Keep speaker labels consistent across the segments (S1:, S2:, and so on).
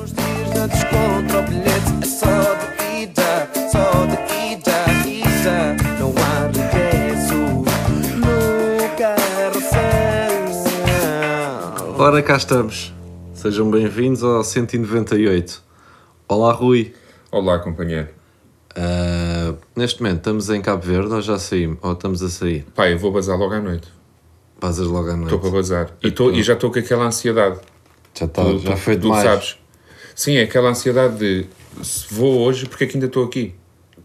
S1: nos dias da descontra, o bilhete é só de ida, só de ida, ida. Não há regresso no carrossel.
S2: Ora, cá estamos. Sejam bem-vindos ao 198. Olá, Rui.
S3: Olá, companheiro.
S2: Ah, neste momento estamos em Cabo Verde ou já saímos? Ou estamos a sair?
S3: Pai, eu vou bazar logo à noite.
S2: Passas logo à
S3: Estou para
S2: noite.
S3: bazar. E, tô- e já estou com aquela ansiedade.
S2: Já, tá,
S3: Tu-
S2: já
S3: tu-
S2: foi
S3: tu
S2: demais.
S3: sabes. Sim, é aquela ansiedade de se vou hoje, porque é que ainda estou aqui?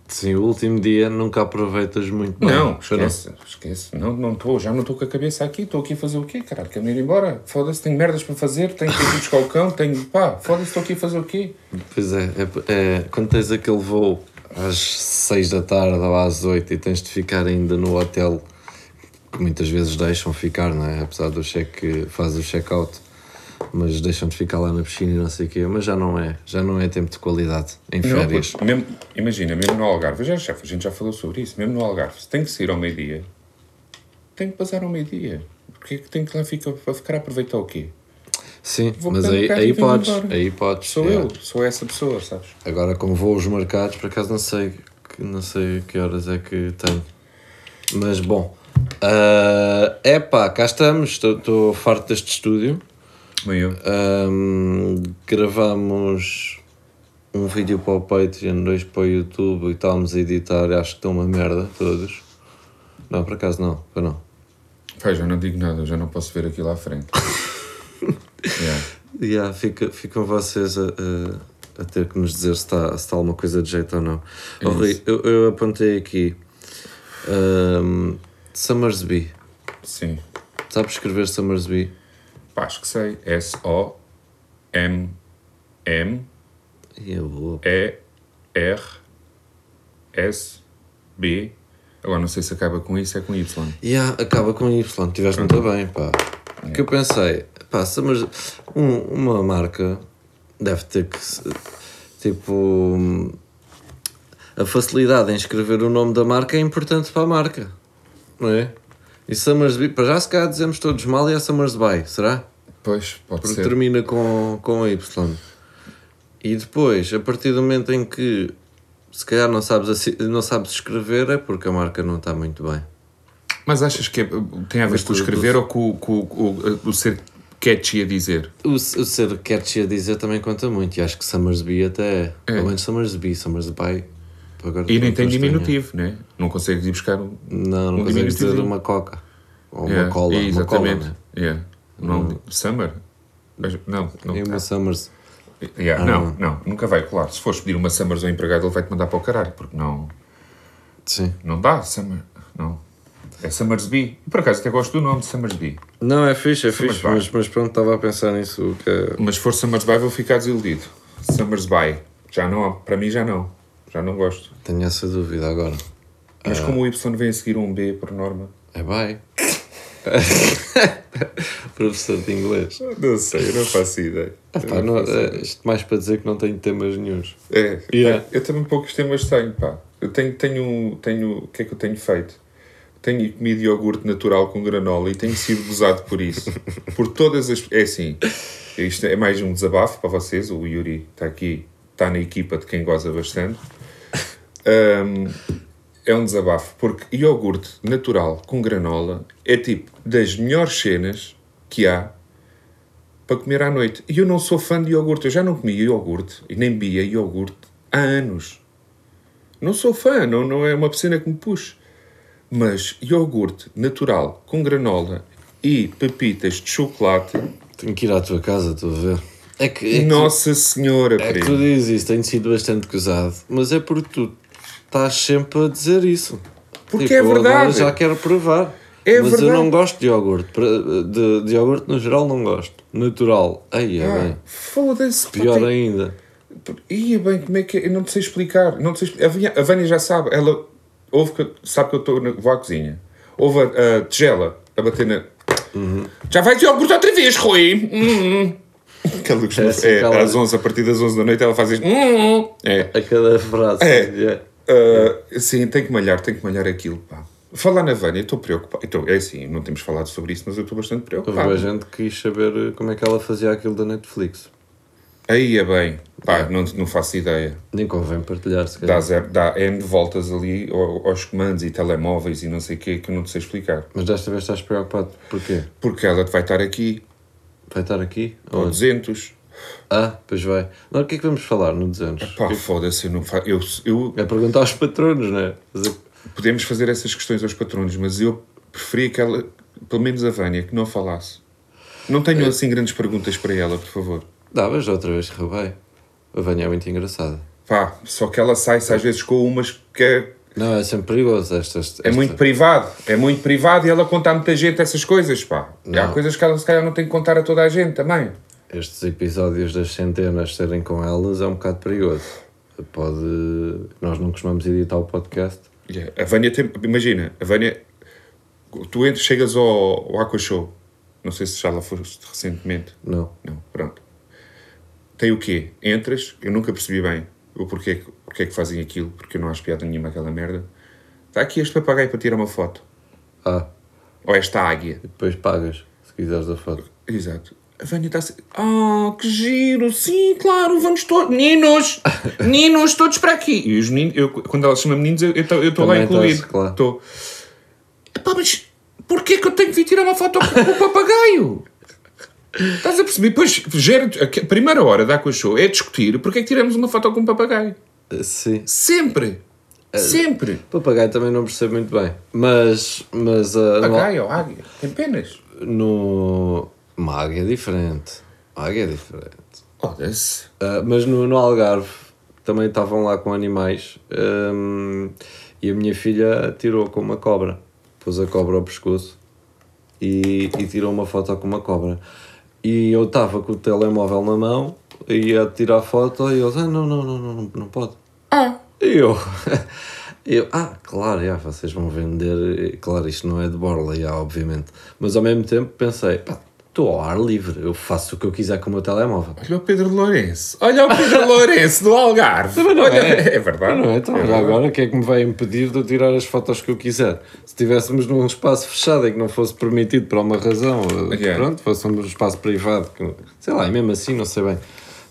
S2: Sim, o último dia nunca aproveitas muito bem.
S3: não,
S2: Pois não.
S3: esquece, esquece. Não, não estou, já não estou com a cabeça aqui, estou aqui a fazer o quê, caralho? Quero me ir embora. Foda-se, tenho merdas para fazer, tenho que ir buscar o cão, tenho. pá, foda-se, estou aqui a fazer o quê?
S2: Pois é, é, é, quando tens aquele voo às 6 da tarde ou às 8 e tens de ficar ainda no hotel, que muitas vezes deixam ficar, não é? Apesar do cheque, faz o check-out, mas deixam de ficar lá na piscina e não sei o quê, mas já não é, já não é tempo de qualidade em
S3: Não,
S2: férias.
S3: puto, mesmo- imagina, mesmo no Algarve, já, já, a gente já falou sobre isso, mesmo no Algarve, se tem que sair ao meio-dia, tem que passar ao meio-dia. Porque é que tem que lá ficar, para ficar a aproveitar o quê?
S2: Sim,
S3: Vou
S2: mas
S3: pegar no
S2: aí,
S3: carro e
S2: aí
S3: vou-me
S2: podes,
S3: embora.
S2: aí podes.
S3: Sou
S2: é.
S3: eu, sou essa pessoa, sabes?
S2: Agora com voos marcados, por acaso não sei, que- não sei que horas é que tenho. Mas bom, é epá, cá estamos, estou- estou farto deste estúdio.
S3: Meio.
S2: Ahm, gravámos um vídeo para o Patreon, dois para o YouTube e estávamos a editar. e Acho que estão uma merda todos. Não, por acaso não, foi não.
S3: Pai, já não digo nada, já não posso ver aquilo à frente. Yeah.
S2: E há, fica, ficam vocês a, a, a ter que nos dizer se está se está alguma coisa de jeito ou não. Ó, Rui, eu, eu apontei aqui ahm, Summersby.
S3: Sim.
S2: Sabes escrever Summersby?
S3: Pá, acho que sei. S-O-M-M-E-R-S-B-Y.
S2: E é eu vou.
S3: Agora não sei se acaba com isso, é com Y.
S2: Yeah, acaba com Y, tiveste muito bem, pá. Que eu pensei, pá, Summers, um- uma marca deve ter que, se- tipo, hum, a facilidade em escrever o nome da marca é importante para a marca, não é? E Summersby, para já se calhar dizemos todos mal e é Summersby, será?
S3: Pois, pode
S2: Porque
S3: ser.
S2: termina com, com Y. E depois, a partir do momento em que se calhar não sabes, assi- não sabes escrever é porque a marca não está muito bem.
S3: Mas achas que é- tem a ver com o
S2: tu-
S3: escrever ou com, com- com- o- o ser catchy a dizer?
S2: O, s- o ser catchy a dizer também conta muito, e acho que Summersby até é. Pelo menos Summersby, Summersby. pá, agora
S3: E nem
S2: não estou
S3: tem diminutivo, né? Não consegues ir buscar um.
S2: estranho. Não, não
S3: Um
S2: consegues dizer
S3: diminutivo.
S2: uma coca. Ou
S3: Yeah,
S2: uma cola.
S3: é,
S2: uma cola,
S3: exatamente.
S2: né?
S3: Yeah. não. tipo, Summer? Mas- Não, não.
S2: E uma Ah, Summers.
S3: Yeah, não, não, nunca vai colar. Se fores pedir uma Summers ao empregado, ele vai-te mandar para o caralho, porque não,
S2: Sim.
S3: não dá. Summer, não. É Summersby. E por acaso até gosto do nome de Summersby.
S2: Não, é fixe, é fixe,
S3: vai.
S2: mas, mas pronto, estava a pensar nisso. Que é...
S3: Mas se for Summersby, vou ficar desiludido. Summersby. Já não, há- para mim já não. Já não gosto.
S2: Tenho essa dúvida agora.
S3: Mas
S2: Ah.
S3: como o Y vem a seguir um B por norma.
S2: É bye. Professor de inglês.
S3: Não sei, não faço ideia.
S2: Pá, não- é, isto mais para dizer que não tenho temas nenhuns.
S3: É,
S2: Yeah.
S3: eu também poucos temas tenho, pá. Eu tenho, tenho, tenho, o que é que eu tenho feito? Tenho comido iogurte natural com granola e tenho sido gozado por isso. por todas as... É assim, isto é mais um desabafo para vocês, o Yuri está aqui, está na equipa de quem goza bastante. Ahm, é um desabafo, porque iogurte natural com granola é tipo das melhores cenas que há para comer à noite. E eu não sou fã de iogurte. Eu já não comia iogurte e nem bebia iogurte há anos. Não sou fã, não, não é uma piscina que me puxe. Mas iogurte natural com granola e pepitas de chocolate,
S2: Tenho que ir à tua casa, estou a ver. É que, é que-
S3: Nossa Senhora,
S2: É que
S3: primo.
S2: tu dizes isso, tenho sido bastante gozado, mas é porque tu estás sempre a dizer isso.
S3: Porque é
S2: eu
S3: verdade.
S2: Agora já quero provar.
S3: É
S2: mas eu
S3: verdade.
S2: não gosto de iogurte. Pra- De, de iogurte no geral não gosto. Natural. Aí é
S3: Ah,
S2: bem.
S3: Foda-se. pá,
S2: Pior
S3: tem-
S2: ainda.
S3: Ia bem, como é que é? Eu não te sei explicar. Não te sei expli- A Vânia- a Vânia já sabe. Ela ouve que, eu- sabe que eu estou na, vou à cozinha. Ouve a, a tigela a bater na. Já vai ter iogurte outra vez, Rui! Hum. Que ela costuma-
S2: É assim
S3: é,
S2: que ela-
S3: às 11, a partir das 11 da noite, ela faz isto. Hum. É.
S2: A cada frase.
S3: É.
S2: É.
S3: Ah, sim, tem que malhar, tem que malhar aquilo, pá. Falar na Vânia, eu estou preocupado. Então, é assim, não temos falado sobre isso, mas eu estou bastante
S2: Houve a
S3: preocupado.
S2: eh, gente que quis saber como é que ela fazia aquilo da Netflix.
S3: Aí é bem. Pá, não, não faço ideia.
S2: Nem convém partilhar, se
S3: Dá,
S2: calhar.
S3: zero, dá N voltas ali ao- aos comandos e telemóveis e não sei o quê que eu não te sei explicar.
S2: Mas desta vez estás preocupado. Porquê?
S3: Porque ela te vai estar aqui,
S2: Vai estar aqui?
S3: ou
S2: Onde?
S3: 200.
S2: Ah, pois vai. Agora o que é que vamos falar no 200?
S3: Pá, foda-se, eu não fa... eu, eu
S2: É perguntar aos patronos, não é? Fazer-
S3: Podemos fazer essas questões aos patronos, mas eu preferia que ela, pelo menos a Vânia, que não falasse. Não tenho assim grandes perguntas para ela, por favor.
S2: Dá, mas outra vez correu bem. A Vânia é muito engraçada.
S3: Pá, só que ela sai-se às vezes com umas que é,
S2: Não, é sempre perigoso estas.
S3: é muito privado. É muito privado e ela conta a muita gente essas coisas, pá. E Há
S2: Não.
S3: coisas que ela se calhar não tem que contar a toda a gente também.
S2: Estes episódios das centenas serem com elas é um bocado perigoso. Pode. Nós não costumamos editar o podcast.
S3: Yeah. A Vânia tem. Imagina, a Vânia. Tu entras, chegas ao, ao Aqua Show. Não sei se já lá foste recentemente.
S2: Não.
S3: Não, pronto. Tem o quê? Entras, eu nunca percebi bem o porquê, que- porquê que fazem aquilo, porque eu não acho piada nenhuma aquela merda. Está aqui este papagaio para tirar uma foto.
S2: Ah,
S3: Ou esta águia.
S2: e depois pagas, se quiseres a foto.
S3: Exato. A Vânia está assim. Ah, que giro! Sim, claro, vamos todos. Meninos! Meninos, todos para aqui! E os meninos, eu, quando ela chama meninos, eu eu estou lá
S2: Também estás,
S3: incluído.
S2: claro.
S3: Estou. Pá, mas porquê que eu tenho que vir tirar uma foto com o papagaio? Estás a perceber? Pois, gera, a primeira hora da Aqua Show é discutir porque é que tiramos uma foto com um papagaio.
S2: Eh, Sim.
S3: Sempre!
S2: Ah.
S3: Sempre!
S2: Papagaio também não percebo muito bem. Mas. Mas. ah, não-
S3: Papagaio, águia, tem penas.
S2: no. Uma águia é diferente. Uma águia é diferente.
S3: Foda-se.
S2: Ah, mas no, no Algarve também estavam lá com animais hum, e a minha filha tirou com uma cobra. Pôs a cobra ao pescoço e, e tirou uma foto com uma cobra. E eu estava com o telemóvel na mão e ia tirar foto e eles, ah, não, não, não, não, não, não pode. E eu, eu, ah, claro, já, vocês vão vender, claro, isto não é de borla, já, obviamente. Mas ao mesmo tempo pensei, pá, estou ao ar livre, eu faço o que eu quiser com o meu telemóvel.
S3: Olha o Pedro Lourenço. Olha o Pedro Lourenço do Algarve. Olha, é. verdade.
S2: Não é? Então,
S3: É
S2: olha,
S3: verdade.
S2: agora o que é que me vai impedir de eu tirar as fotos que eu quiser? Se estivéssemos num espaço fechado e que não fosse permitido por alguma razão, eh,
S3: Yeah.
S2: pronto, fosse um espaço privado, que- sei lá, e mesmo assim, não sei bem.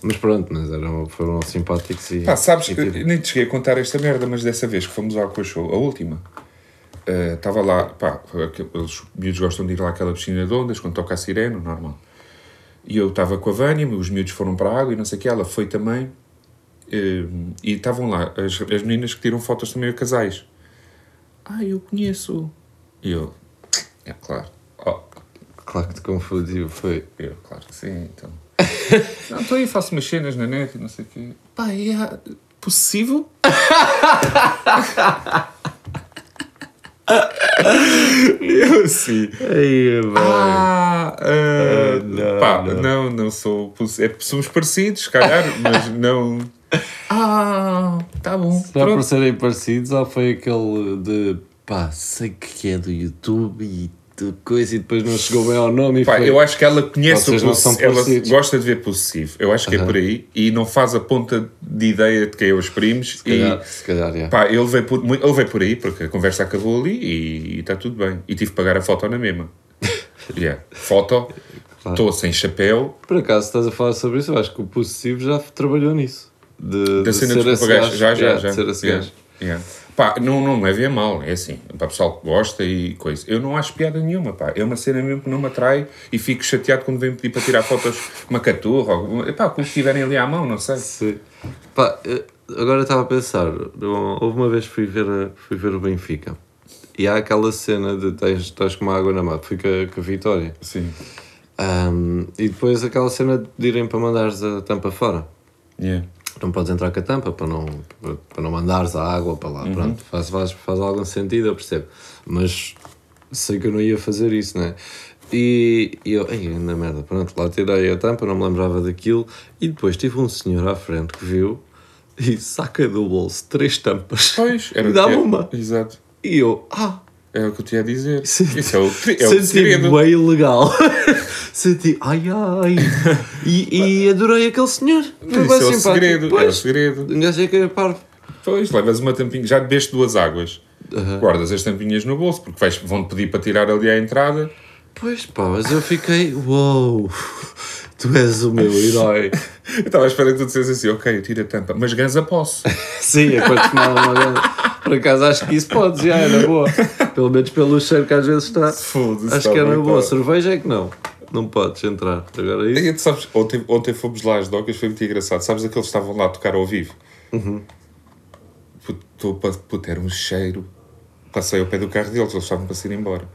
S2: Mas pronto, mas eram, foram simpáticos e.
S3: Pá, Ah, sabes,
S2: e tipo,
S3: que eu
S2: tiram.
S3: nem te cheguei a contar esta merda, mas dessa vez que fomos ao Aqua Show, a última, eh, estava lá, pá, aqu- os miúdos gostam de ir lá àquela piscina de ondas, quando toca a sirene, normal. E eu estava com a Vânia, os miúdos foram para a água e não sei o que, ela foi também. eh, e estavam lá as, as meninas que tiram fotos também a casais. Ah, eu conheço. E eu, é claro. Oh,
S2: Claro que te confundi, foi.
S3: Eu, claro que sim, então. não, estou aí, faço umas cenas na net e não sei o quê. Pá, é ah, possível? eu sim.
S2: Aí,
S3: Ah, ah,
S2: não,
S3: pá,
S2: não.
S3: não. não, sou. possi- É, somos parecidos, se calhar, mas não. Ah, tá bom.
S2: Será por
S3: Pronto.
S2: serem parecidos ou foi aquele de pá, sei que é do YouTube e de coisa e depois não chegou bem ao nome e
S3: Pá,
S2: foi.
S3: eu acho que ela conhece
S2: Vocês
S3: o
S2: não são
S3: possi- ela
S2: parecidos.
S3: gosta de ver possessivo. Eu acho que é por aí e não faz a ponta de ideia de quem é os primos
S2: se calhar,
S3: e
S2: se calhar, é.
S3: Pá, ele veio, por, mui- ele veio por aí, porque a conversa acabou ali e está tudo bem. E tive que pagar a foto na mesma. yeah. Foto, estou sem chapéu,
S2: Por acaso estás a falar sobre isso? Eu acho que o Possessivo já trabalhou nisso. De,
S3: da
S2: de
S3: cena dos
S2: esse
S3: papagaios.
S2: gajo. assim,
S3: Já, já,
S2: Yeah,
S3: já.
S2: de ser assim, esse
S3: Yeah,
S2: gajo.
S3: yeah. Pá, não, não me levem a mal, é assim. Para o pessoal que gosta e coisa. Eu não acho piada nenhuma, pá. É uma cena mesmo que não me atrai e fico chateado quando vêm pedir para tirar fotos uma caturra, ou, pá, como tiverem ali à mão, não sei.
S2: Sim. Pá, eh, agora estava a pensar, não- houve uma vez que fui ver, a- fui ver o Benfica e há aquela cena de tens, estás com uma água na mão, fui com a- com a Vitória.
S3: Sim.
S2: Ahm, e depois aquela cena de irem para mandares a tampa fora.
S3: Yeah.
S2: Não podes entrar com a tampa para não, para- para não mandares a água para
S3: Uhum.
S2: lá. Pronto, faz, faz, faz algum sentido, eu percebo. Mas sei que eu não ia fazer isso, né? E, e eu, ei, ainda merda, pronto, lá tirei a tampa, não me lembrava daquilo. E depois tive um senhor à frente que viu e saca do bolso três tampas
S3: Pois,
S2: e
S3: o
S2: dá-me
S3: que é-
S2: uma.
S3: Exato.
S2: E eu, ah,
S3: Era o que eu tinha a dizer.
S2: Sim.
S3: Isso é o, é o
S2: Senti-me
S3: segredo.
S2: bem ilegal. Senti, ai ai. E, e adorei aquele senhor. Foi
S3: Isso
S2: bem
S3: é o
S2: simpático.
S3: segredo, é o
S2: Pois,
S3: segredo.
S2: um gajo é que é parvo.
S3: Pois, levas uma tampinha, já bebeste duas águas, guardas as tampinhas no bolso, porque vais, vão-te pedir para tirar ali à entrada,
S2: Pois pá, mas eu fiquei, uou, tu és o meu herói.
S3: Eu estava à espera que tu dissesse assim, ok, eu tiro a tampa, mas ganza posso.
S2: Sim, é quando tomar uma grande. Por acaso acho que isso pode, já era boa. Pelo menos pelo cheiro que às vezes está.
S3: Foda-se, tá então.
S2: Acho
S3: está
S2: que era
S3: bem,
S2: boa.
S3: pá.
S2: Cerveja é que não. Não podes entrar. Agora
S3: E
S2: isso.
S3: tu sabes, ontem, ontem fomos lá às docas, foi muito engraçado. Sabes aqueles que estavam lá a tocar ao vivo?
S2: Uhum.
S3: Puto, tô pa- puto, era um cheiro. Passei ao pé do carro deles, eles estavam para se ir embora.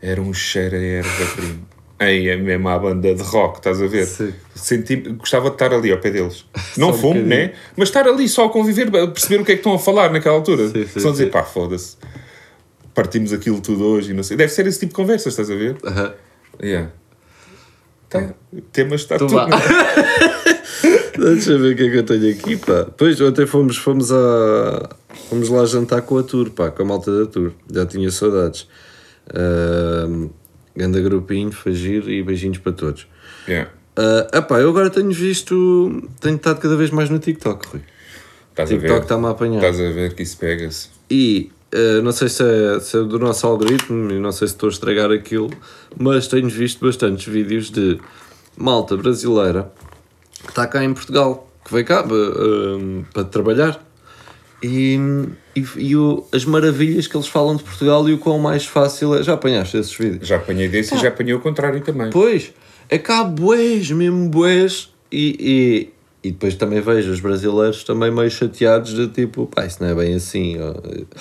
S3: Era um cheiro a erva, primo. Ei, é mesmo à banda de rock, estás a ver?
S2: Sim.
S3: Senti, gostava de estar ali ao pé deles. Não
S2: Só um
S3: fumo,
S2: bocadinho.
S3: né? Mas estar ali só a conviver, a perceber o que é que estão a falar naquela altura.
S2: Sim, sim,
S3: Só dizer,
S2: sim.
S3: pá, foda-se. Partimos aquilo tudo hoje e não sei. Deve ser esse tipo de conversas, estás a ver?
S2: Aham.
S3: Yeah. Tá. O tema está
S2: Então
S3: tudo.
S2: vá. Deixa eu ver o que é que eu tenho aqui, pá. Pois, ontem fomos, fomos a. Fomos lá jantar com a Tour, pá, com a malta da Tour. Já tinha saudades. Ahm, ganda grupinho, fagir e beijinhos para todos.
S3: Yeah.
S2: Ah, epá, eu agora tenho visto. Tenho estado cada vez mais no TikTok, Rui.
S3: Estás a
S2: TikTok
S3: ver?
S2: está-me a apanhar.
S3: Estás a ver que isso pega-se.
S2: E eh, não sei se é, se é do nosso algoritmo, e não sei se estou a estragar aquilo, mas tenho visto bastantes vídeos de malta brasileira que está cá em Portugal, que veio cá eh, eh, para trabalhar. E, e, e o- as maravilhas que eles falam de Portugal e o quão mais fácil é. Já apanhaste esses vídeos?
S3: Já apanhei desse e já apanhei o contrário também.
S2: Pois, é cá há bués, mesmo bués. E, e, e depois também vejo os brasileiros também meio chateados de tipo, pá, isso não é bem assim. ó.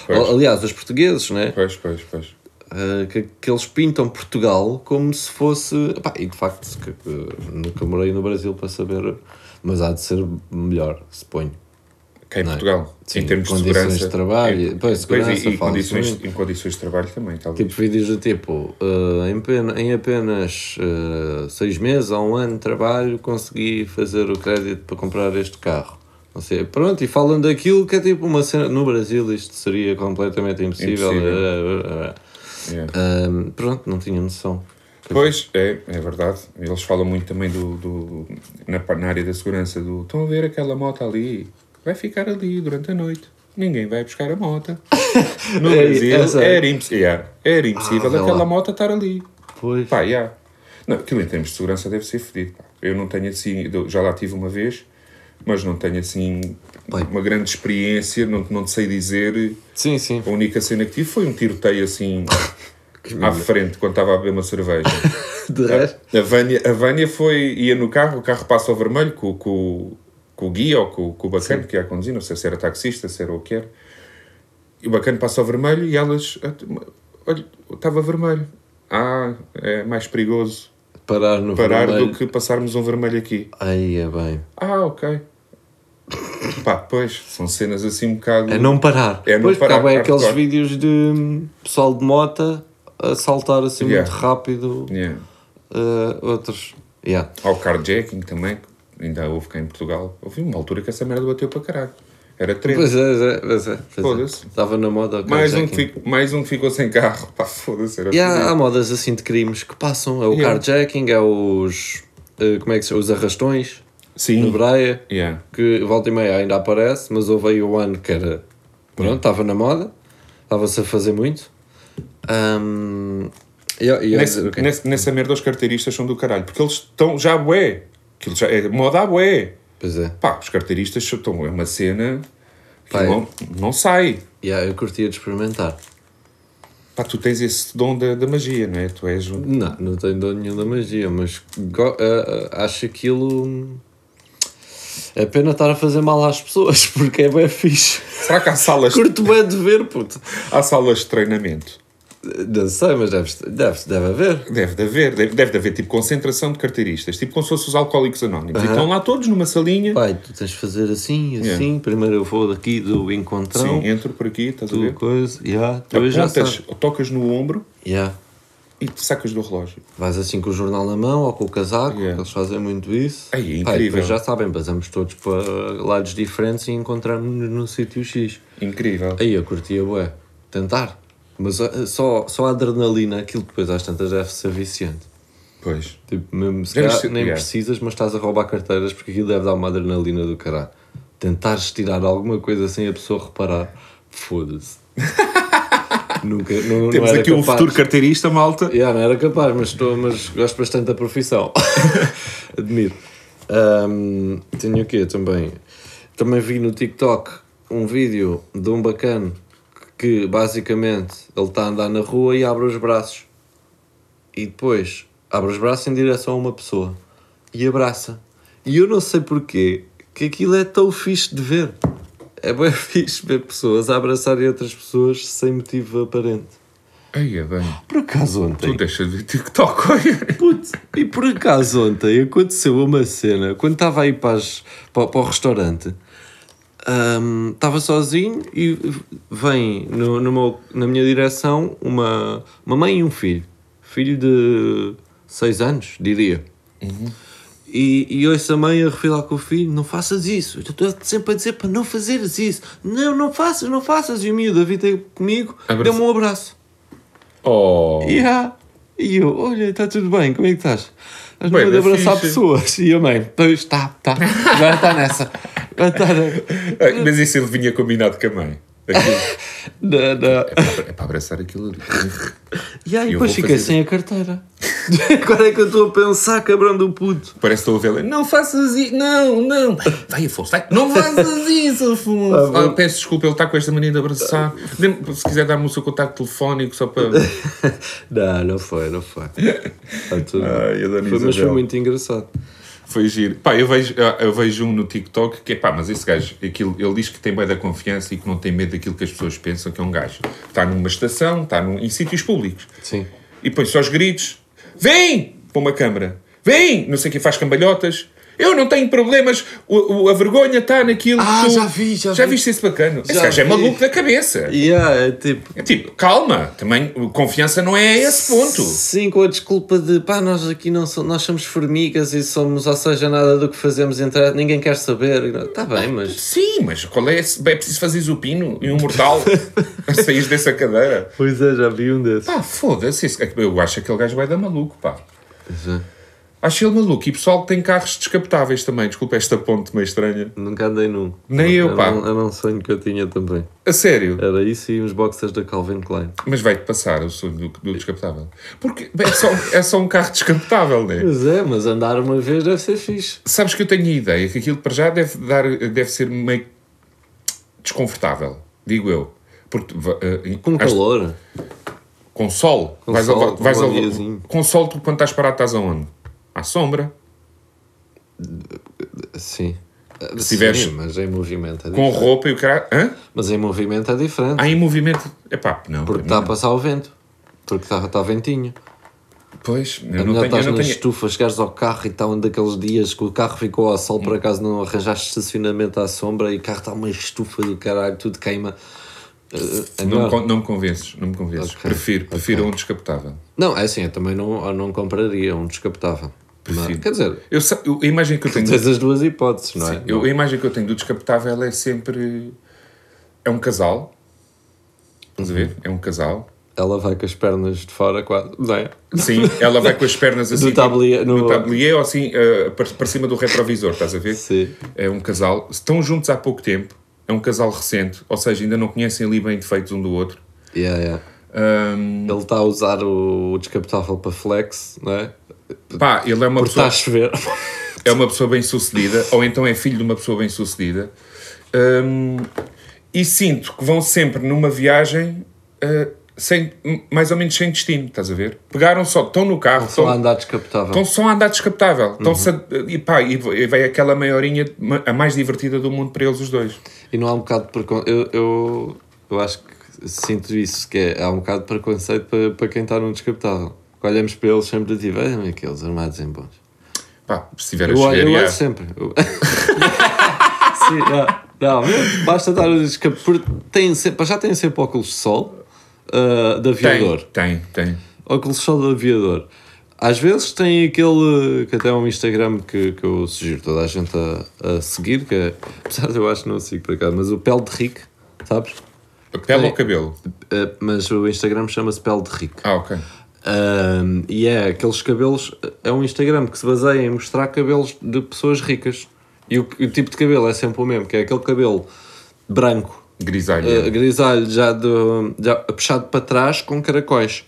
S3: Pois.
S2: Aliás, os portugueses, né?
S3: Pois, pois, pois.
S2: Ah, que, que eles pintam Portugal como se fosse. Pá, e de facto, que, que nunca morei no Brasil para saber, mas há de ser melhor, suponho.
S3: Cá em
S2: Não é?
S3: Portugal.
S2: Sim,
S3: em termos de
S2: condições
S3: segurança.
S2: de trabalho,
S3: em-
S2: pois,
S3: pois,
S2: segurança,
S3: e, e
S2: fala-se
S3: condições,
S2: muito.
S3: em condições de trabalho também, talvez.
S2: Tipo vídeos do tipo, ah, em, pena- em apenas ah, seis meses ou um ano de trabalho consegui fazer o crédito para comprar este carro. Não sei, pronto, e falam daquilo que é tipo uma cena. No Brasil isto seria completamente impossível.
S3: Impossível.
S2: Ah, ah,
S3: Yeah.
S2: ah. Ah, pronto, não tinha noção.
S3: Pois, é, é verdade. Eles falam muito também do, do- na, pa- na área da segurança do estão a ver aquela moto ali, vai ficar ali durante a noite. Ninguém vai buscar a moto. No
S2: É,
S3: Brasil
S2: essa-
S3: era, impossível, yeah, era impossível
S2: vê lá.
S3: aquela moto estar ali.
S2: Pois.
S3: Pá, yeah. Não, aquilo em termos de segurança deve ser fedido. pá. Eu não tenho assim, eu já lá tive uma vez, mas não tenho assim
S2: Bem.
S3: uma grande experiência, não, não te sei dizer.
S2: Sim, sim.
S3: A única cena que tive foi um tiroteio assim à frente quando estava a beber uma cerveja.
S2: De resto.
S3: A Vânia, a Vânia foi, ia no carro, o carro passa ao vermelho com, com, com o guia ou com, com o bacana que ia a conduzir, não sei se era taxista, se era o que era. E o bacana passa ao vermelho e elas. ah, Olha, estava vermelho. Ah, é mais perigoso
S2: Parar no
S3: parar
S2: vermelho.
S3: do que passarmos um vermelho aqui.
S2: Aí é bem.
S3: Ah, ok. Pá, pois, são cenas assim um bocado.
S2: É não parar.
S3: É não
S2: pois, porque há
S3: parar,
S2: bem aqueles
S3: hardcore.
S2: vídeos de hum, pessoal de mota a saltar assim
S3: Yeah.
S2: muito rápido.
S3: Yeah.
S2: ah, outros. Yeah.
S3: Há o carjacking também, que ainda houve cá em Portugal. Houve uma altura que essa merda bateu para caralho. Era treta.
S2: Pois é, é, pois é. Pois é.
S3: Foda-se.
S2: Estava na moda. o
S3: Mais um, que
S2: carjacking.
S3: fico- mais um que ficou sem carro. Pá, foda-se. era
S2: E há, há
S3: fodido.
S2: modas assim de crimes que passam. É o
S3: Yeah.
S2: carjacking, é os. ah, como é que se chama? Os arrastões. No
S3: Sim.
S2: Braia.
S3: Yeah.
S2: que volta e meia ainda aparece, mas houve aí o ano que era. Pronto, estava na moda, estava-se a fazer muito. Ahm, e eu- e eu-
S3: Nesse-
S2: ok.
S3: nesse- nessa merda, os carteiristas são do caralho. Porque eles estão já bué. Aquilo já é moda à bué.
S2: Pois é,
S3: Pá, os carteiristas estão. É uma cena. que
S2: Pá, é.
S3: não, não sai.
S2: yeah, eu curtia de experimentar.
S3: Pá, tu tens esse dom da, da magia, não é? Tu és um.
S2: Não, não tenho dom nenhum da magia, mas go- ah, ah, acho aquilo. hum, É pena estar a fazer mal às pessoas, porque é bem fixe.
S3: Será que há salas,
S2: Curto bem de ver, puto.
S3: há salas de treinamento?
S2: Não sei, mas deve, deve, deve haver.
S3: Deve de haver, deve, deve de haver tipo concentração de carteiristas, tipo como se fossem os alcoólicos anónimos. E estão lá todos numa salinha.
S2: Pai, tu tens de fazer assim, assim.
S3: Yeah.
S2: Primeiro eu vou daqui do encontrão.
S3: Sim, É entro por aqui, estás a
S2: Tu
S3: ver?
S2: coisa, yeah, tu já
S3: Apontas,
S2: sabes.
S3: tocas no ombro
S2: Yeah.
S3: e te sacas do relógio.
S2: Vais assim com o jornal na mão ou com o casaco,
S3: Yeah.
S2: que eles fazem muito isso.
S3: Ai, é
S2: Pá, e depois
S3: incrível.
S2: já sabem, passamos todos para lados diferentes e encontramos-nos no sítio X.
S3: Incrível.
S2: Aí eu curtia, bué, tentar. Mas ah, só, só a adrenalina, aquilo depois às tantas deve ser viciante.
S3: Pois.
S2: Tipo, mesmo se
S3: Deve
S2: calhar
S3: ser-
S2: nem
S3: yeah.
S2: precisas, mas estás a roubar carteiras porque aquilo deve dar uma adrenalina do caralho. Tentares tirar alguma coisa sem a pessoa reparar, foda-se. Nunca, não,
S3: Temos
S2: não era
S3: aqui um
S2: capaz.
S3: futuro carteirista, malta.
S2: Yeah, não era capaz, mas, estou, mas gosto bastante da profissão. Admiro. Ahm, tenho o quê também? Também vi no TikTok um vídeo de um bacano que basicamente ele está a andar na rua e abre os braços. E depois abre os braços em direção a uma pessoa e abraça. E eu não sei porquê que aquilo é tão fixe de ver. É bem fixe ver pessoas a abraçarem outras pessoas sem motivo aparente.
S3: Ai, é bem.
S2: Por acaso ontem.
S3: Tu deixa de ver TikTok, olha.
S2: Putz, e por acaso ontem aconteceu uma cena, quando estava aí para, as- para- para o restaurante, ahm, estava sozinho e vem no, no meu- na minha direção uma, uma mãe e um filho. Filho de 6 anos, diria. E, e ouço a mãe a refilar com o filho: não faças isso. Eu estou sempre a dizer para não fazeres isso. Não, não faças, não faças. E o miúdo, a vida comigo,
S3: Abraço.
S2: deu-me um abraço.
S3: Oh,
S2: Yeah. E eu, olha, está tudo bem, como é que estás? Estás
S3: Bem,
S2: numa de
S3: mas
S2: abraçar
S3: fixe.
S2: pessoas. E a mãe, pois está, está, agora está nessa. Agora está
S3: Ah, Mas isso ele vinha combinado com a mãe. Aquilo-
S2: na, na, na.
S3: é, para, é para abraçar aquilo ali.
S2: E aí,
S3: Eu
S2: depois
S3: vou
S2: fiquei
S3: fazer-
S2: sem a carteira. agora é que eu estou a pensar, cabrão do puto.
S3: Parece que estou a ovelha. Não faças isso. Não, não. Vai, Afonso, vai. Não faças isso, Afonso. Ah, peço desculpa, ele está com esta mania de abraçar. Dê-me- Se quiser dar-me o seu contacto telefónico só para...
S2: Não, não foi, não foi. Está tudo
S3: Ai, a Dona
S2: bem. foi, mas foi
S3: Isabel.
S2: muito engraçado.
S3: Foi giro. Pá, eu vejo, eu vejo um no TikTok que é pá, mas esse gajo, aquilo, ele diz que tem bem da confiança e que não tem medo daquilo que as pessoas pensam que é um gajo. Está numa estação, está num- em sítios públicos.
S2: Sim.
S3: E põe só os gritos. Vem! Para uma câmara. Vem! Não sei quem faz cambalhotas. Eu não tenho problemas. O, o- a vergonha está naquilo.
S2: Ah,
S3: que tu-
S2: já vi, já vi.
S3: viste esse bacano? Esse
S2: Já
S3: gajo é
S2: vi.
S3: maluco da cabeça.
S2: E yeah, é tipo,
S3: É tipo, calma. Também, confiança não é esse ponto.
S2: Sim, com a desculpa de pá, nós aqui não so- nós somos formigas e somos, ou seja, nada do que fazemos entrar, ninguém quer saber. Está bem, mas.
S3: Sim, mas qual é esse? É preciso fazeres o pino e um mortal a sair dessa cadeira.
S2: Pois é, já vi um desses.
S3: Pá, foda-se. isso- Eu acho que aquele gajo vai dar maluco, pá.
S2: é.
S3: Acho ele maluco. E pessoal que tem carros descapotáveis também. Desculpa esta ponte meio estranha.
S2: Nunca andei num.
S3: Nem eu,
S2: Era
S3: pá.
S2: um- era um sonho que eu tinha também.
S3: A sério.
S2: Era isso e uns boxers da Calvin Klein.
S3: Mas vai-te passar o sonho do, do descapotável. Porque bem, é só, é só um carro descapotável, não é?
S2: Pois é, mas andar uma vez deve ser fixe.
S3: Sabes que eu tenho a ideia que aquilo para já deve, dar, deve ser meio desconfortável. Digo eu. Porque, eh,
S2: Com
S3: acho-
S2: calor.
S3: Com sol?
S2: Com
S3: vais
S2: sol,
S3: ao,
S2: com
S3: vais
S2: um
S3: ao,
S2: diazinho.
S3: com sol, tu quando estás parado estás aonde? À sombra.
S2: Sim. Ah,
S3: Se
S2: sim,
S3: tiveres-
S2: mas em movimento é
S3: Com
S2: diferente.
S3: roupa e o cara. Hã?
S2: Mas em movimento é diferente.
S3: Há em movimento. Epá, não.
S2: porque tá- está a passar o vento. Porque está tá ventinho.
S3: Pois,
S2: É
S3: eu não
S2: melhor
S3: tenho. Eu
S2: estás
S3: não
S2: na
S3: tenho...
S2: estufa, chegares ao carro e está um daqueles dias que o carro ficou ao sol, por acaso não arranjaste estacionamento à sombra e o carro está uma estufa do caralho, tudo queima. Eh, é
S3: Não, me
S2: melhor.
S3: con- não me convences, não me convences.
S2: Ok,
S3: Prefiro, prefiro um descapotável.
S2: Não, é assim, eu também não, eu não compraria um descapotável. Mas,
S3: Prefiro.
S2: quer dizer,
S3: Eu, sa- eu- a imagem que eu tenho.
S2: tens as duas hipóteses, não é?
S3: eu- a imagem que eu tenho do descapotável é sempre. É um casal. Estás a
S2: Uhum.
S3: ver? É um casal.
S2: Ela vai com as pernas de fora quase, não é?
S3: Sim, ela vai com as pernas assim. tipo,
S2: tablier- no-
S3: no tablier ou assim, eh, para para cima do retrovisor, estás a ver?
S2: Sim.
S3: É um casal. Estão juntos há pouco tempo. É um casal recente. Ou seja, ainda não conhecem ali bem defeitos um do outro.
S2: Yeah, yeah.
S3: Ahm,
S2: Ele está a usar o, o descapotável para flex, não é?
S3: pá, ele é uma,
S2: Porque está
S3: pessoa,
S2: a chover.
S3: é uma pessoa bem sucedida. Ou então é filho de uma pessoa bem sucedida. Ahm, e sinto que vão sempre numa viagem... ah, sem, mais ou menos sem destino, estás a ver? Pegaram só, estão no carro,
S2: Só a
S3: estão-
S2: andar descapotável.
S3: Estão Então, só a andar descapotável.
S2: Uhum.
S3: Estão-se Então, a- e pá, e e vai aquela meia horinha ma- a mais divertida do mundo para eles os dois.
S2: E não há um bocado de preconceito. Eu, eu, eu acho que sinto isso, que é, há um bocado de preconceito para, para quem está num descapotável. Que Olhamos para eles sempre de tipo, "Ei, aqueles armados em bons.
S3: Pá, se tiver a
S2: Eu olho,
S3: chover,
S2: eu
S3: já.
S2: olho sempre. Eu- Sim, não, não, basta estar no descapotável. porque Tem sempre, para já têm sempre óculos de sol ah, de aviador.
S3: Tem, tem, tem.
S2: Óculos de sol de aviador. Às vezes tem aquele que até é um Instagram que, que eu sugiro toda a gente a, a seguir, que é, apesar de eu acho que não sigo para cá, mas o Pele de Rico, sabes?
S3: A pele
S2: Tem.
S3: ou cabelo?
S2: Uh, mas o Instagram chama-se Pele de Rico.
S3: Ah, ok.
S2: Um, e é aqueles cabelos. É um Instagram que se baseia em mostrar cabelos de pessoas ricas. E o, o tipo de cabelo é sempre o mesmo, que é aquele cabelo branco
S3: Grisalho.
S2: eh, grisalho já, do, já puxado para trás com caracóis.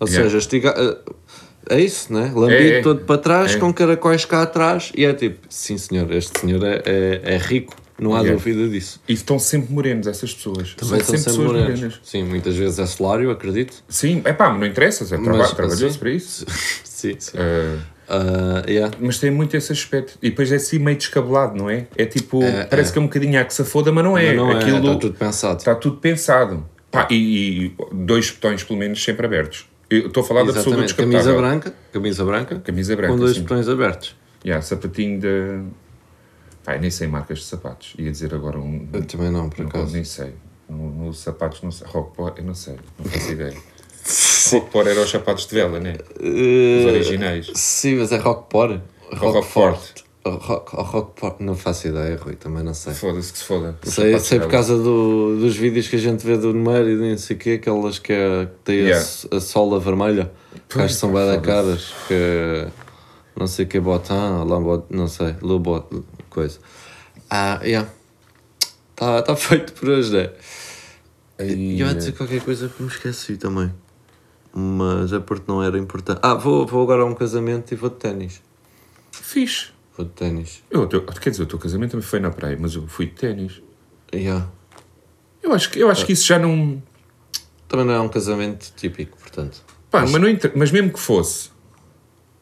S2: Ou
S3: Yeah.
S2: seja, estica, eh, é isso, né? Lambido
S3: É, é.
S2: todo para trás
S3: É.
S2: com caracóis cá atrás e é tipo, sim senhor, este senhor é, é, é rico, não há
S3: Yeah.
S2: dúvida disso.
S3: E estão sempre morenos, essas pessoas.
S2: Também são
S3: são sempre
S2: sempre
S3: pessoas né?
S2: morenos.
S3: morenas.
S2: Sim, muitas vezes é solário, acredito.
S3: Sim, é pá, não interessa, é traba
S2: Mas,
S3: trabalhou-se
S2: sim.
S3: para isso.
S2: sim, sim.
S3: Ah,
S2: Ah, yeah.
S3: mas tem muito esse aspecto. E depois é assim meio descabelado, não é? É tipo,
S2: É,
S3: parece que é um bocadinho a que se foda, mas não é.
S2: Mas não é,
S3: Aquilo
S2: está tudo pensado.
S3: está tudo pensado. Pá, e, e dois botões, pelo menos, sempre abertos. Eu Estou a falar da pessoa do
S2: Exatamente.
S3: descapotável.
S2: Camisa branca, camisa branca,
S3: Camisa branca,
S2: com dois
S3: sim.
S2: botões abertos.
S3: Yeah, sapatinho de. Pá, eu nem sei marcas de sapatos. Ia dizer agora um.
S2: Eu também não, por
S3: Não,
S2: acaso.
S3: nem sei. No, no sapatos, não sei. Rockport, eu não sei. Não faço ideia. Rockport era os sapatos de vela, né? Os
S2: Eh,
S3: originais.
S2: Sim, mas é Rockport.
S3: Rockfort.
S2: O Rock, o Rockport. Não faço ideia, Rui, também não sei.
S3: Foda-se que se foda. Os
S2: Sei,
S3: sapatos
S2: sei
S3: de
S2: por
S3: vela.
S2: causa do- dos vídeos que a gente vê do Numeiro e nem sei o quê, aquelas que, é, que têm a
S3: Yeah.
S2: s- a, sola vermelha, que acho que são bem da
S3: foda-se.
S2: caras, que não sei o que, Botan, Lambot, não sei, Lubot, coisa. Ah, yeah. Está tá feito por hoje, né?
S3: Aí, eh,
S2: E eu ia dizer qualquer coisa que me esqueci também. Mas é porque não era importante. Ah, vou, vou agora a um casamento e vou de ténis.
S3: Fixe.
S2: Vou de ténis.
S3: Eu, eu- quer dizer, o teu casamento também foi na praia, mas eu fui de ténis.
S2: Yeah.
S3: Eu acho, que- eu acho que isso já não.
S2: Também não é um casamento típico, portanto.
S3: Pá, mas, não inter- mas mesmo que fosse.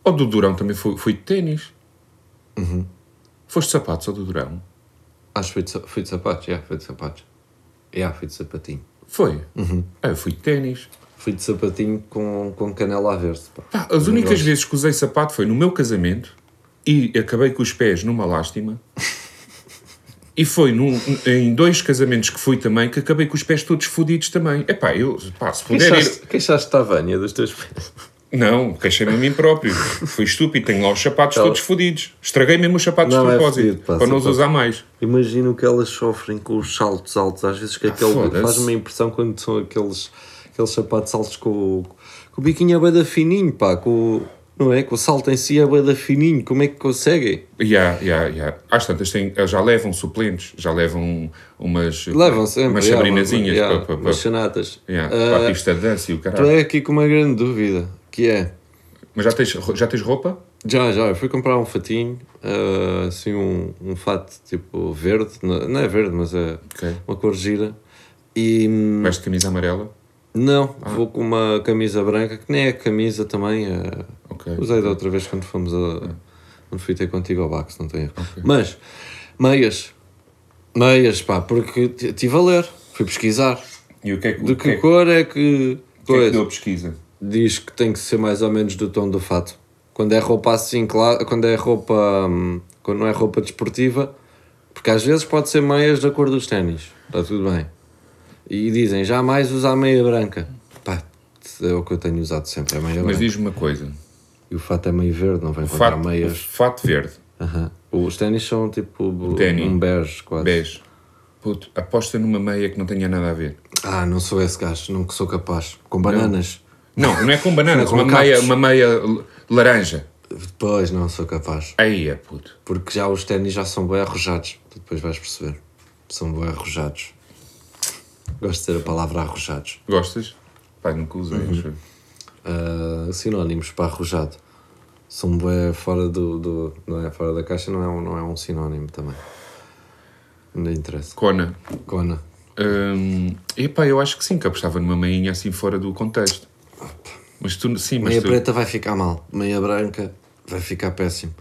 S3: Ou do Durão também fui, fui de ténis. Uhum. Foste de sapatos ou do Durão?
S2: Acho que fui de, sa- fui de sapatos, yeah, fui de sapatos. Yeah, fui de sapatinho.
S3: Foi. Ah, eu fui de ténis.
S2: Fui de sapatinho com, com canela a ver-se. pá.
S3: Pá, Tá, as
S2: Não
S3: únicas
S2: gosto.
S3: vezes que usei sapato foi no meu casamento e acabei com os pés numa lástima. E foi num- em dois casamentos que fui também que acabei com os pés todos fodidos também. Epá, eu, pá, se puder ir...
S2: Queixaste, queixaste da Vânia dos teus pés.
S3: Não, queixei-me a mim próprio. Fui estúpido, tenho lá os sapatos
S2: Tá.
S3: todos fodidos. Estraguei mesmo os sapatos
S2: Não,
S3: de
S2: é
S3: propósito,
S2: fodido, pá,
S3: para não os
S2: sapato.
S3: usar mais.
S2: Imagino que elas sofrem com os saltos altos, às vezes que aquele
S3: foda-se.
S2: faz uma impressão quando são aqueles, aqueles sapatos altos com, o- com o biquinho a bada fininho, pá, com, o- não é? Com o salto em si a bada fininho, como é que conseguem?
S3: Ya, ya, ya. Às tantas têm, já levam suplentes, já levam umas,
S2: Levam sempre.
S3: umas
S2: já,
S3: sabrinazinhas
S2: já,
S3: para, para, para,
S2: umas sonatas.
S3: ya,
S2: Ah,
S3: para a pista de dança e o
S2: tu
S3: caralho.
S2: é aqui com uma grande dúvida, que é,
S3: Mas já tens, já tens roupa?
S2: Já, já, eu fui comprar um fatinho, ah, assim, um, um fato tipo verde, não não é verde, mas é
S3: Ok.
S2: uma cor gira. E hum,
S3: Vais de camisa amarela?
S2: não, vou com uma camisa branca, que nem é camisa também. é-
S3: Ok.
S2: Usei da outra vez quando fomos a. Quando fui ter contigo ao Bax, não tenho erro. Mas, meias, meias, pá, porque estive a ler, fui pesquisar.
S3: E o que é que,
S2: De
S3: o que,
S2: que
S3: é que-
S2: cor é que.
S3: o que, é que
S2: coisa?
S3: deu a pesquisa?
S2: diz que tem que ser mais ou menos do tom do fato. Quando é roupa assim, claro, quando é roupa. hum, quando não é roupa desportiva, porque às vezes pode ser meias da cor dos ténis, está tudo bem. E dizem, jamais usar meia branca. Pá, é o que eu tenho usado sempre, é meia
S3: Mas
S2: branca.
S3: diz-me uma coisa.
S2: E o fato é meio verde, não vem comprar
S3: Fato,
S2: meias.
S3: fato verde,
S2: Aham. Os ténis são tipo
S3: Ténis.
S2: um bege quase.
S3: bege. Puto, aposta numa meia que não tenha nada a ver.
S2: Ah, não sou esse gajo, não que sou capaz. Com bananas.
S3: Não, não é com bananas,
S2: Com
S3: uma,
S2: cactos.
S3: meia, uma meia l- laranja.
S2: Depois não sou capaz.
S3: Aí é puto.
S2: Porque já os ténis já são bem arrojados. Tu depois vais perceber. São bem arrojados. Gosto de ter a palavra arrojados.
S3: Gostas? Pai, nunca usei.
S2: Uhum.
S3: acho eu.
S2: Ah, sinónimos para arrojado. São bem fora do, do- Não é fora da caixa, não é um, não é um sinónimo também. Não interessa.
S3: Cona.
S2: Cona.
S3: Hum, epá, eu acho que sim, que apostava numa meinha assim fora do contexto. Mas tu, sim, mas
S2: Meia
S3: tu,
S2: preta vai ficar mal. Meia branca vai ficar péssimo.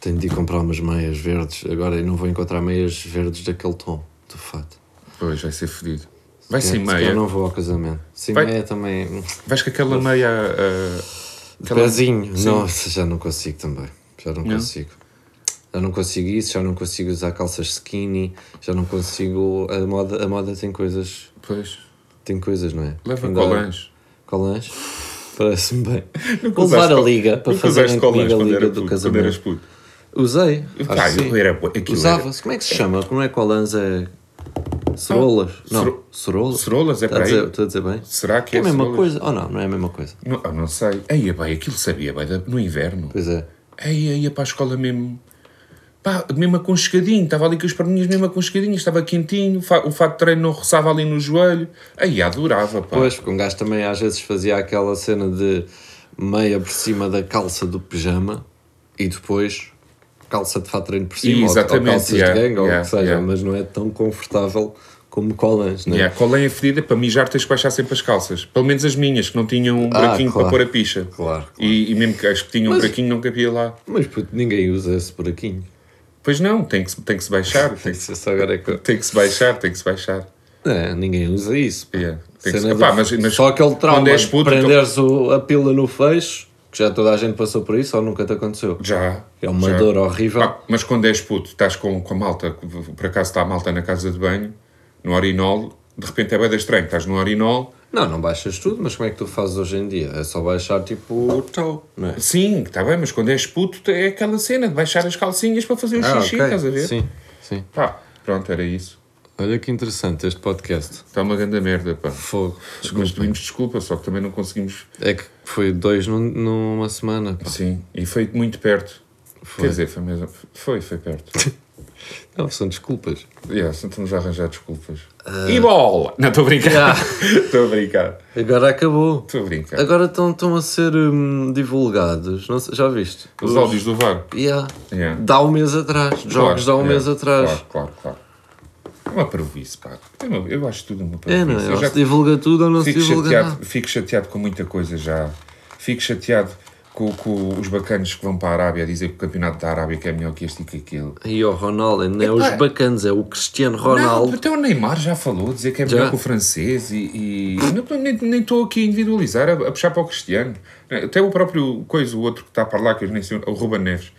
S2: Tenho de ir comprar umas meias verdes. Agora eu não vou encontrar meias verdes daquele tom, de fato.
S3: pois, vai ser fedido. Vai
S2: Se
S3: sem
S2: calhar- se calhar
S3: meia.
S2: não vou ao casamento. Sem
S3: Vai-
S2: meia também. hum.
S3: Vais com aquela meia. ah,
S2: De
S3: Aquela-
S2: pezinho.
S3: Sim.
S2: Nossa, já não consigo também. Já não, consigo. Já não consigo isso, já não consigo usar calças skinny, já não consigo. A moda, a moda tem coisas.
S3: pois.
S2: Tem coisas, não é?
S3: Leva
S2: Ainda-
S3: colãs.
S2: Colãs? Parece-me bem.
S3: Nunca
S2: Vou levar
S3: usaste
S2: a
S3: col-
S2: liga para
S3: nunca
S2: fazer
S3: usaste
S2: comigo a
S3: colãs quando
S2: liga
S3: era
S2: do
S3: puto, Quando
S2: casamento.
S3: eras puto. Ah,
S2: Usei. Ah,
S3: Pá,
S2: acho que
S3: eu
S2: sim.
S3: era, aquilo era-
S2: Usava-se. Como é que se chama? Como é colãs? É. Cerolas? não.
S3: Ah, cero-
S2: Cerolas?
S3: cerolas é
S2: Está a
S3: para
S2: dizer-
S3: aí?
S2: Estou a dizer bem?
S3: Será que
S2: É
S3: é,
S2: a mesma
S3: cebolas?
S2: coisa? Ou não? Não é a mesma coisa.
S3: Não, ah, não sei. Aí, bem, aquilo sabia, bem, da- no inverno.
S2: Pois é.
S3: Aí, aí, para a escola mesmo. Pá, mesmo aconchegadinho, estava ali com as perninhas mesmo aconchegadinhas, estava quentinho, o fa- o fato de treino não roçava ali no joelho. Aí adorava, pá.
S2: Pois, porque um gajo também às vezes fazia aquela cena de meia por cima da calça do pijama e depois calça de fato de treino por cima, ou-
S3: Exatamente,
S2: ou calças
S3: yeah,
S2: de ganga, ou o
S3: yeah,
S2: que seja,
S3: yeah.
S2: mas não é tão confortável como colãs, né?
S3: Yeah, qual é a ferida? Para mijar tens que baixar sempre as calças. Pelo menos as minhas, que não tinham um
S2: Ah,
S3: buraquinho
S2: claro.
S3: para pôr a picha.
S2: Claro, claro.
S3: E, e mesmo que as que tinham um buraquinho não cabia lá.
S2: Mas puto, ninguém usa esse buraquinho.
S3: Pois não, tem que, se- tem que se baixar. Tem que, se-
S2: Isso só agora é que...
S3: tem que se baixar, tem que se baixar.
S2: É, ninguém usa isso. pá.
S3: Yeah, tem que se-
S2: Cena
S3: Epá,
S2: de-
S3: mas- mas
S2: só aquele trauma
S3: quando és puto, então-
S2: de prenderes o- a pila no fecho, que já toda a gente passou por isso ou nunca te aconteceu.
S3: Já.
S2: É uma
S3: já.
S2: dor horrível.
S3: Pá, mas quando és puto, estás com, com a malta, por acaso está a malta na casa de banho, no urinol, de repente é bem estranho, estás no urinol,
S2: Não, não baixas tudo, mas como é que tu fazes hoje em dia? É só baixar tipo o tal, não é?
S3: sim, está bem, mas quando és puto é aquela cena de baixar as calcinhas para fazer o xixi,
S2: Ah, ok.
S3: estás a ver?
S2: Sim, sim.
S3: Pá, pronto, era isso.
S2: Olha que interessante este podcast.
S3: Está uma grande merda, pá.
S2: Fogo.
S3: Mas pedimos desculpa, só que também não conseguimos.
S2: É que foi dois num- numa semana. pá.
S3: Sim, e foi muito perto.
S2: Ah. Foi.
S3: Quer dizer, foi mesmo. Foi, foi perto.
S2: Não, são desculpas.
S3: yeah, estamos a arranjar desculpas.
S2: Ah.
S3: E bola! Não, estou a brincar. Estou a brincar.
S2: Agora acabou.
S3: Estou a brincar.
S2: Agora estão, estão a ser hum, divulgados. Não sei- já viste?
S3: Os áudios do VAR.
S2: Yeah.
S3: Yeah.
S2: Dá um mês atrás. Jogos dá um
S3: é,
S2: mês atrás.
S3: Claro, claro, claro. É uma previce, pá. Eu, não- eu acho tudo uma previce.
S2: É, não é?
S3: eu
S2: Ou
S3: já
S2: se divulga tudo ou não se
S3: fico
S2: divulga
S3: chateado,
S2: nada.
S3: fico chateado com muita coisa já. Fico chateado com, com os bacanos que vão para a Arábia dizer que o campeonato da Arábia que é melhor que este e que aquilo.
S2: E o Ronaldo, não é
S3: Epá.
S2: os bacanos, é o Cristiano
S3: Não,
S2: Ronaldo.
S3: até o Neymar já falou, dizer que é
S2: Já?
S3: melhor que o francês e. e não tô- nem- nem estou aqui a individualizar, a, a puxar para o Cristiano. Até o próprio coisa, o outro que está para lá, que eu nem sei, o Ruben Neves.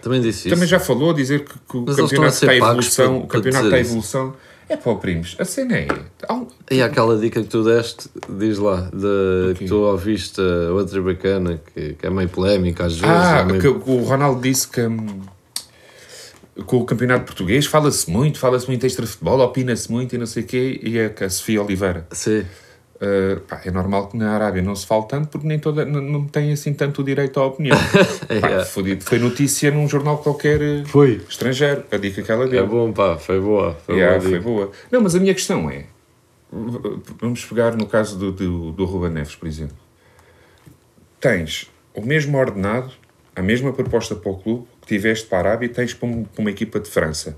S2: Também disse isso.
S3: Também já falou a dizer que, que o
S2: Mas eles estão a
S3: campeonato
S2: ser
S3: está em
S2: pagos
S3: evolução.
S2: para-
S3: o campeonato
S2: para dizer
S3: está em
S2: isso.
S3: evolução. É pá, primos, a cena é. há um-
S2: E aquela dica que tu deste, diz lá, de, que tu ouviste a outra bacana, que, que é meio polémica às vezes.
S3: Ah,
S2: é meio-
S3: que o Ronaldo disse que. hum, Com o campeonato português fala-se muito, fala-se muito extra-futebol, opina-se muito e não sei o quê, e é que a Sofia Oliveira.
S2: Sim.
S3: Uh, pá, é normal que na Arábia não se fale tanto porque nem toda, n- não tem assim tanto o direito à opinião. Pá,
S2: É.
S3: fodido. Foi notícia num jornal qualquer uh,
S2: Foi.
S3: estrangeiro, a dica que ela
S2: É
S3: deu.
S2: bom, pá, foi boa. Foi
S3: Yeah,
S2: boa
S3: foi
S2: dica.
S3: boa. Não, mas a minha questão é: v- vamos pegar no caso do, do, do Ruben Neves, por exemplo. Tens o mesmo ordenado, a mesma proposta para o clube que tiveste para a Arábia e tens para, um- para uma equipa de França.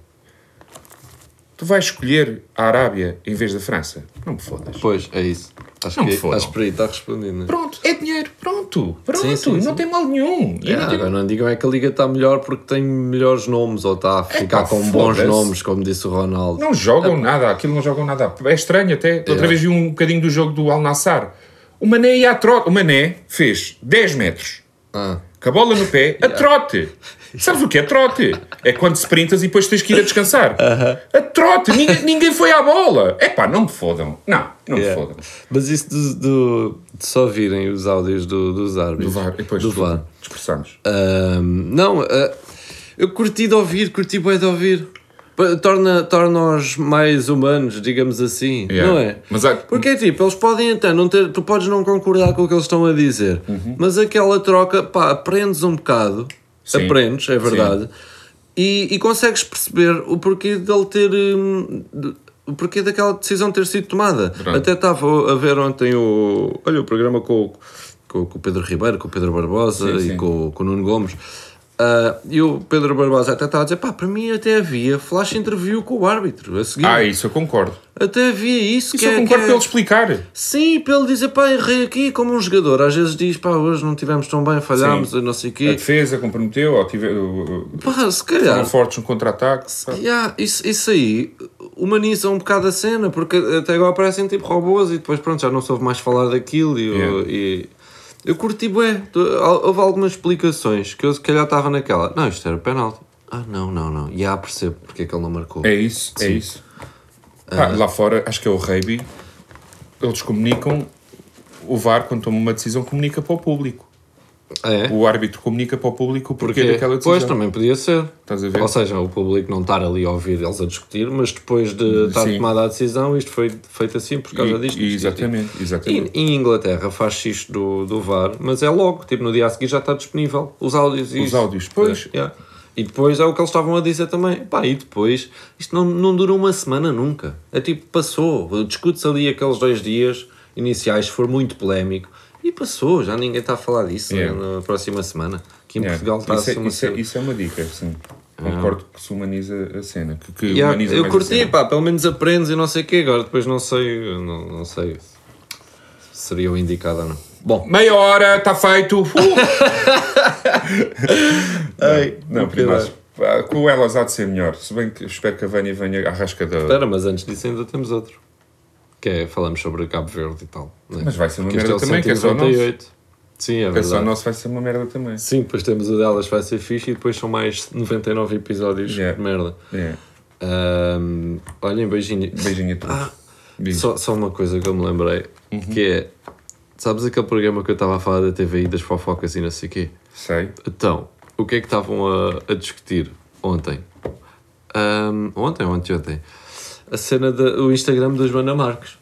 S3: Tu vais escolher a Arábia em vez da França? Não me fodas.
S2: Pois, é isso. Acho
S3: Não me
S2: que
S3: foram.
S2: acho que por aí está respondido. Né?
S3: Pronto, é dinheiro, pronto, pronto,
S2: Sim, sim,
S3: não
S2: sim.
S3: tem mal nenhum. E
S2: Yeah,
S3: não tem-
S2: agora não digam é que a liga está melhor porque tem melhores nomes ou está a ficar
S3: pá,
S2: com bons
S3: foda-se.
S2: nomes, como disse o Ronaldo.
S3: Não
S2: Tá
S3: jogam nada, aquilo não jogam nada. É estranho até. Outra vez vi um bocadinho do jogo do Al Nassar. O Mané ia a trote. O Mané fez 10 metros.
S2: Ah,
S3: Com a bola no pé, a trote. Sabes o que é trote? É quando sprintas e depois tens que ir a descansar. A trote, ninguém, ninguém foi à bola. É pá, não me fodam. Não, não
S2: yeah.
S3: me fodam.
S2: Mas isso do, do- de só virem os áudios do- dos
S3: Do
S2: árbitros.
S3: VAR, e depois
S2: do
S3: desculpa,
S2: VAR. Ah.
S3: dispersamos.
S2: Ahm, não, ah, eu curti de ouvir, curti bem de ouvir. Pa- Torna- Torna-os mais humanos, digamos assim,
S3: Yeah.
S2: não é?
S3: Mas há-
S2: Porque é tipo, eles podem até não ter, tu podes não concordar com o que eles estão a dizer,
S3: Uhum.
S2: mas aquela troca, pá, aprendes um bocado,
S3: Sim.
S2: aprendes, é verdade, e, e consegues perceber o porquê dele ter. hum, de- o porquê daquela decisão ter sido tomada.
S3: Verdade.
S2: Até estava a ver ontem o. Olha, o programa com, o- com, com o Pedro Ribeiro, com o Pedro Barbosa
S3: Sim,
S2: e
S3: sim.
S2: Com, com o Nuno Gomes. Ah, e o Pedro Barbosa até estava a dizer: pá, para mim até havia flash interview com o árbitro a seguir.
S3: Ah, isso eu concordo.
S2: Até havia isso. é,
S3: Isso eu concordo para ele explicar.
S2: Sim, para ele dizer, pá, errei aqui, como um jogador. Às vezes diz, pá, hoje não tivemos tão bem, falhámos,
S3: Sim.
S2: não sei o
S3: A
S2: quê.
S3: defesa comprometeu, ou tive, uh, uh,
S2: Pá, se
S3: foram
S2: calhar.
S3: fortes no contra-ataque.
S2: Yeah, isso, isso aí humaniza um bocado a cena, porque até agora parecem tipo robôs e depois pronto, já não soube mais falar daquilo e,
S3: Yeah.
S2: e- eu curti bué. Tu- hou- Houve algumas explicações que eu se calhar estava naquela. Não, isto era penalti. Ah, não, não, não. E ah, percebo porque é que ele não marcou.
S3: É isso, é isso. Pá, lá fora, acho que é o rugby, eles comunicam, o VAR, quando toma uma decisão, comunica para o público.
S2: É?
S3: O árbitro comunica para o público o porquê daquela decisão.
S2: Pois, também podia ser.
S3: Estás a ver?
S2: Ou seja, o público não estar ali a ouvir eles a discutir, mas depois de estar
S3: Sim.
S2: tomada a decisão, isto foi feito assim por causa
S3: E-
S2: disto.
S3: e
S2: disto, disto,
S3: exatamente,
S2: E
S3: exatamente.
S2: em Inglaterra faz-se isto do, do VAR, mas é logo, tipo, no dia a seguir já está disponível os áudios e
S3: Os
S2: isso.
S3: áudios, pois.
S2: É, yeah. E depois é o que eles estavam a dizer também. Pá, e depois, isto não, não dura uma semana nunca. É tipo, passou. Discute-se ali aqueles dois dias iniciais, foi muito polémico. E passou, já ninguém está a falar disso né,
S3: Yeah.
S2: na, na próxima semana. Que em
S3: Yeah.
S2: Portugal assim. está a
S3: isso, é,
S2: ser uma cena.
S3: isso, é,
S2: Ah.
S3: isso é uma dica, sim. Concordo que se humaniza a cena. Que, que
S2: Yeah,
S3: humaniza
S2: eu
S3: mais a
S2: curti,
S3: cena.
S2: pá, pelo menos aprendes e não sei o quê. Agora depois não sei, não, não sei se seria o indicado ou não. Bom,
S3: Meia hora, está feito. Uh!
S2: Ai,
S3: não,
S2: vou pirar.
S3: primaço. Pá, Com o Elas há de ser melhor. Se bem que espero que a Vânia venha à rasca da.
S2: Espera, mas antes disso ainda temos outro. Que é, falamos sobre Cabo Verde e tal. né?
S3: Mas vai ser uma
S2: Que este
S3: merda
S2: é o
S3: também, que é só
S2: 198. Sim, é
S3: É só
S2: verdade.
S3: nosso, vai ser uma merda também.
S2: Sim, depois temos o delas, vai ser fixe, e depois são mais 99 episódios
S3: Yeah.
S2: de merda.
S3: É.
S2: Ahm, olhem, beijinho.
S3: Beijinho a todos.
S2: Ah,
S3: Diz.
S2: Só, só uma coisa que eu me lembrei,
S3: Uhum.
S2: que é, sabes aquele programa que eu estava a falar da TVI, das fofocas e não sei o quê?
S3: Sei.
S2: Então, o que é que estavam a, a discutir ontem? Ahm, ontem, ontem, ontem. A cena do Instagram da Joana Marques.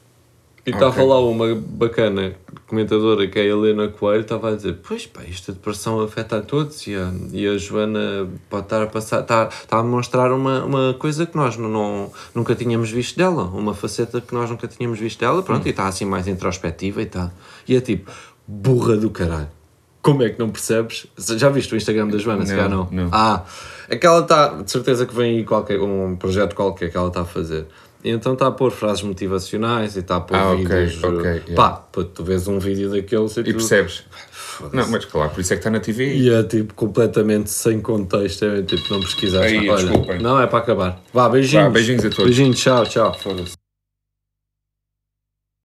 S2: E estava
S3: Ok.
S2: lá uma bacana comentadora que é a Helena Coelho, estava a dizer: Pois pá, esta depressão afeta a todos e a, e a Joana pode estar a passar, está, está a mostrar uma, uma coisa que nós não, não- nunca tínhamos visto dela, uma faceta que nós nunca tínhamos visto dela, pronto, e está assim mais introspectiva e tal. E é tipo: burra do caralho. Como é que não percebes? Já viste o Instagram da Joana? se
S3: Não,
S2: calhar não.
S3: não.
S2: Ah, aquela está, de certeza que vem aí qualquer, um projeto qualquer que ela está a fazer. E então está a pôr frases motivacionais e está a pôr
S3: Ah, ok,
S2: vídeos.
S3: ok,
S2: eh,
S3: yeah.
S2: Pá, pô, tu vês um vídeo daqueles e,
S3: E
S2: tu-
S3: percebes? Não, mas claro, por isso é que está na TV.
S2: E é tipo completamente sem contexto, é tipo não pesquisaste.
S3: Aí,
S2: Olha,
S3: desculpem.
S2: não é para acabar. Vá, beijinhos.
S3: Vá, beijinhos a todos.
S2: Beijinhos, tchau, tchau.
S3: Foda-se.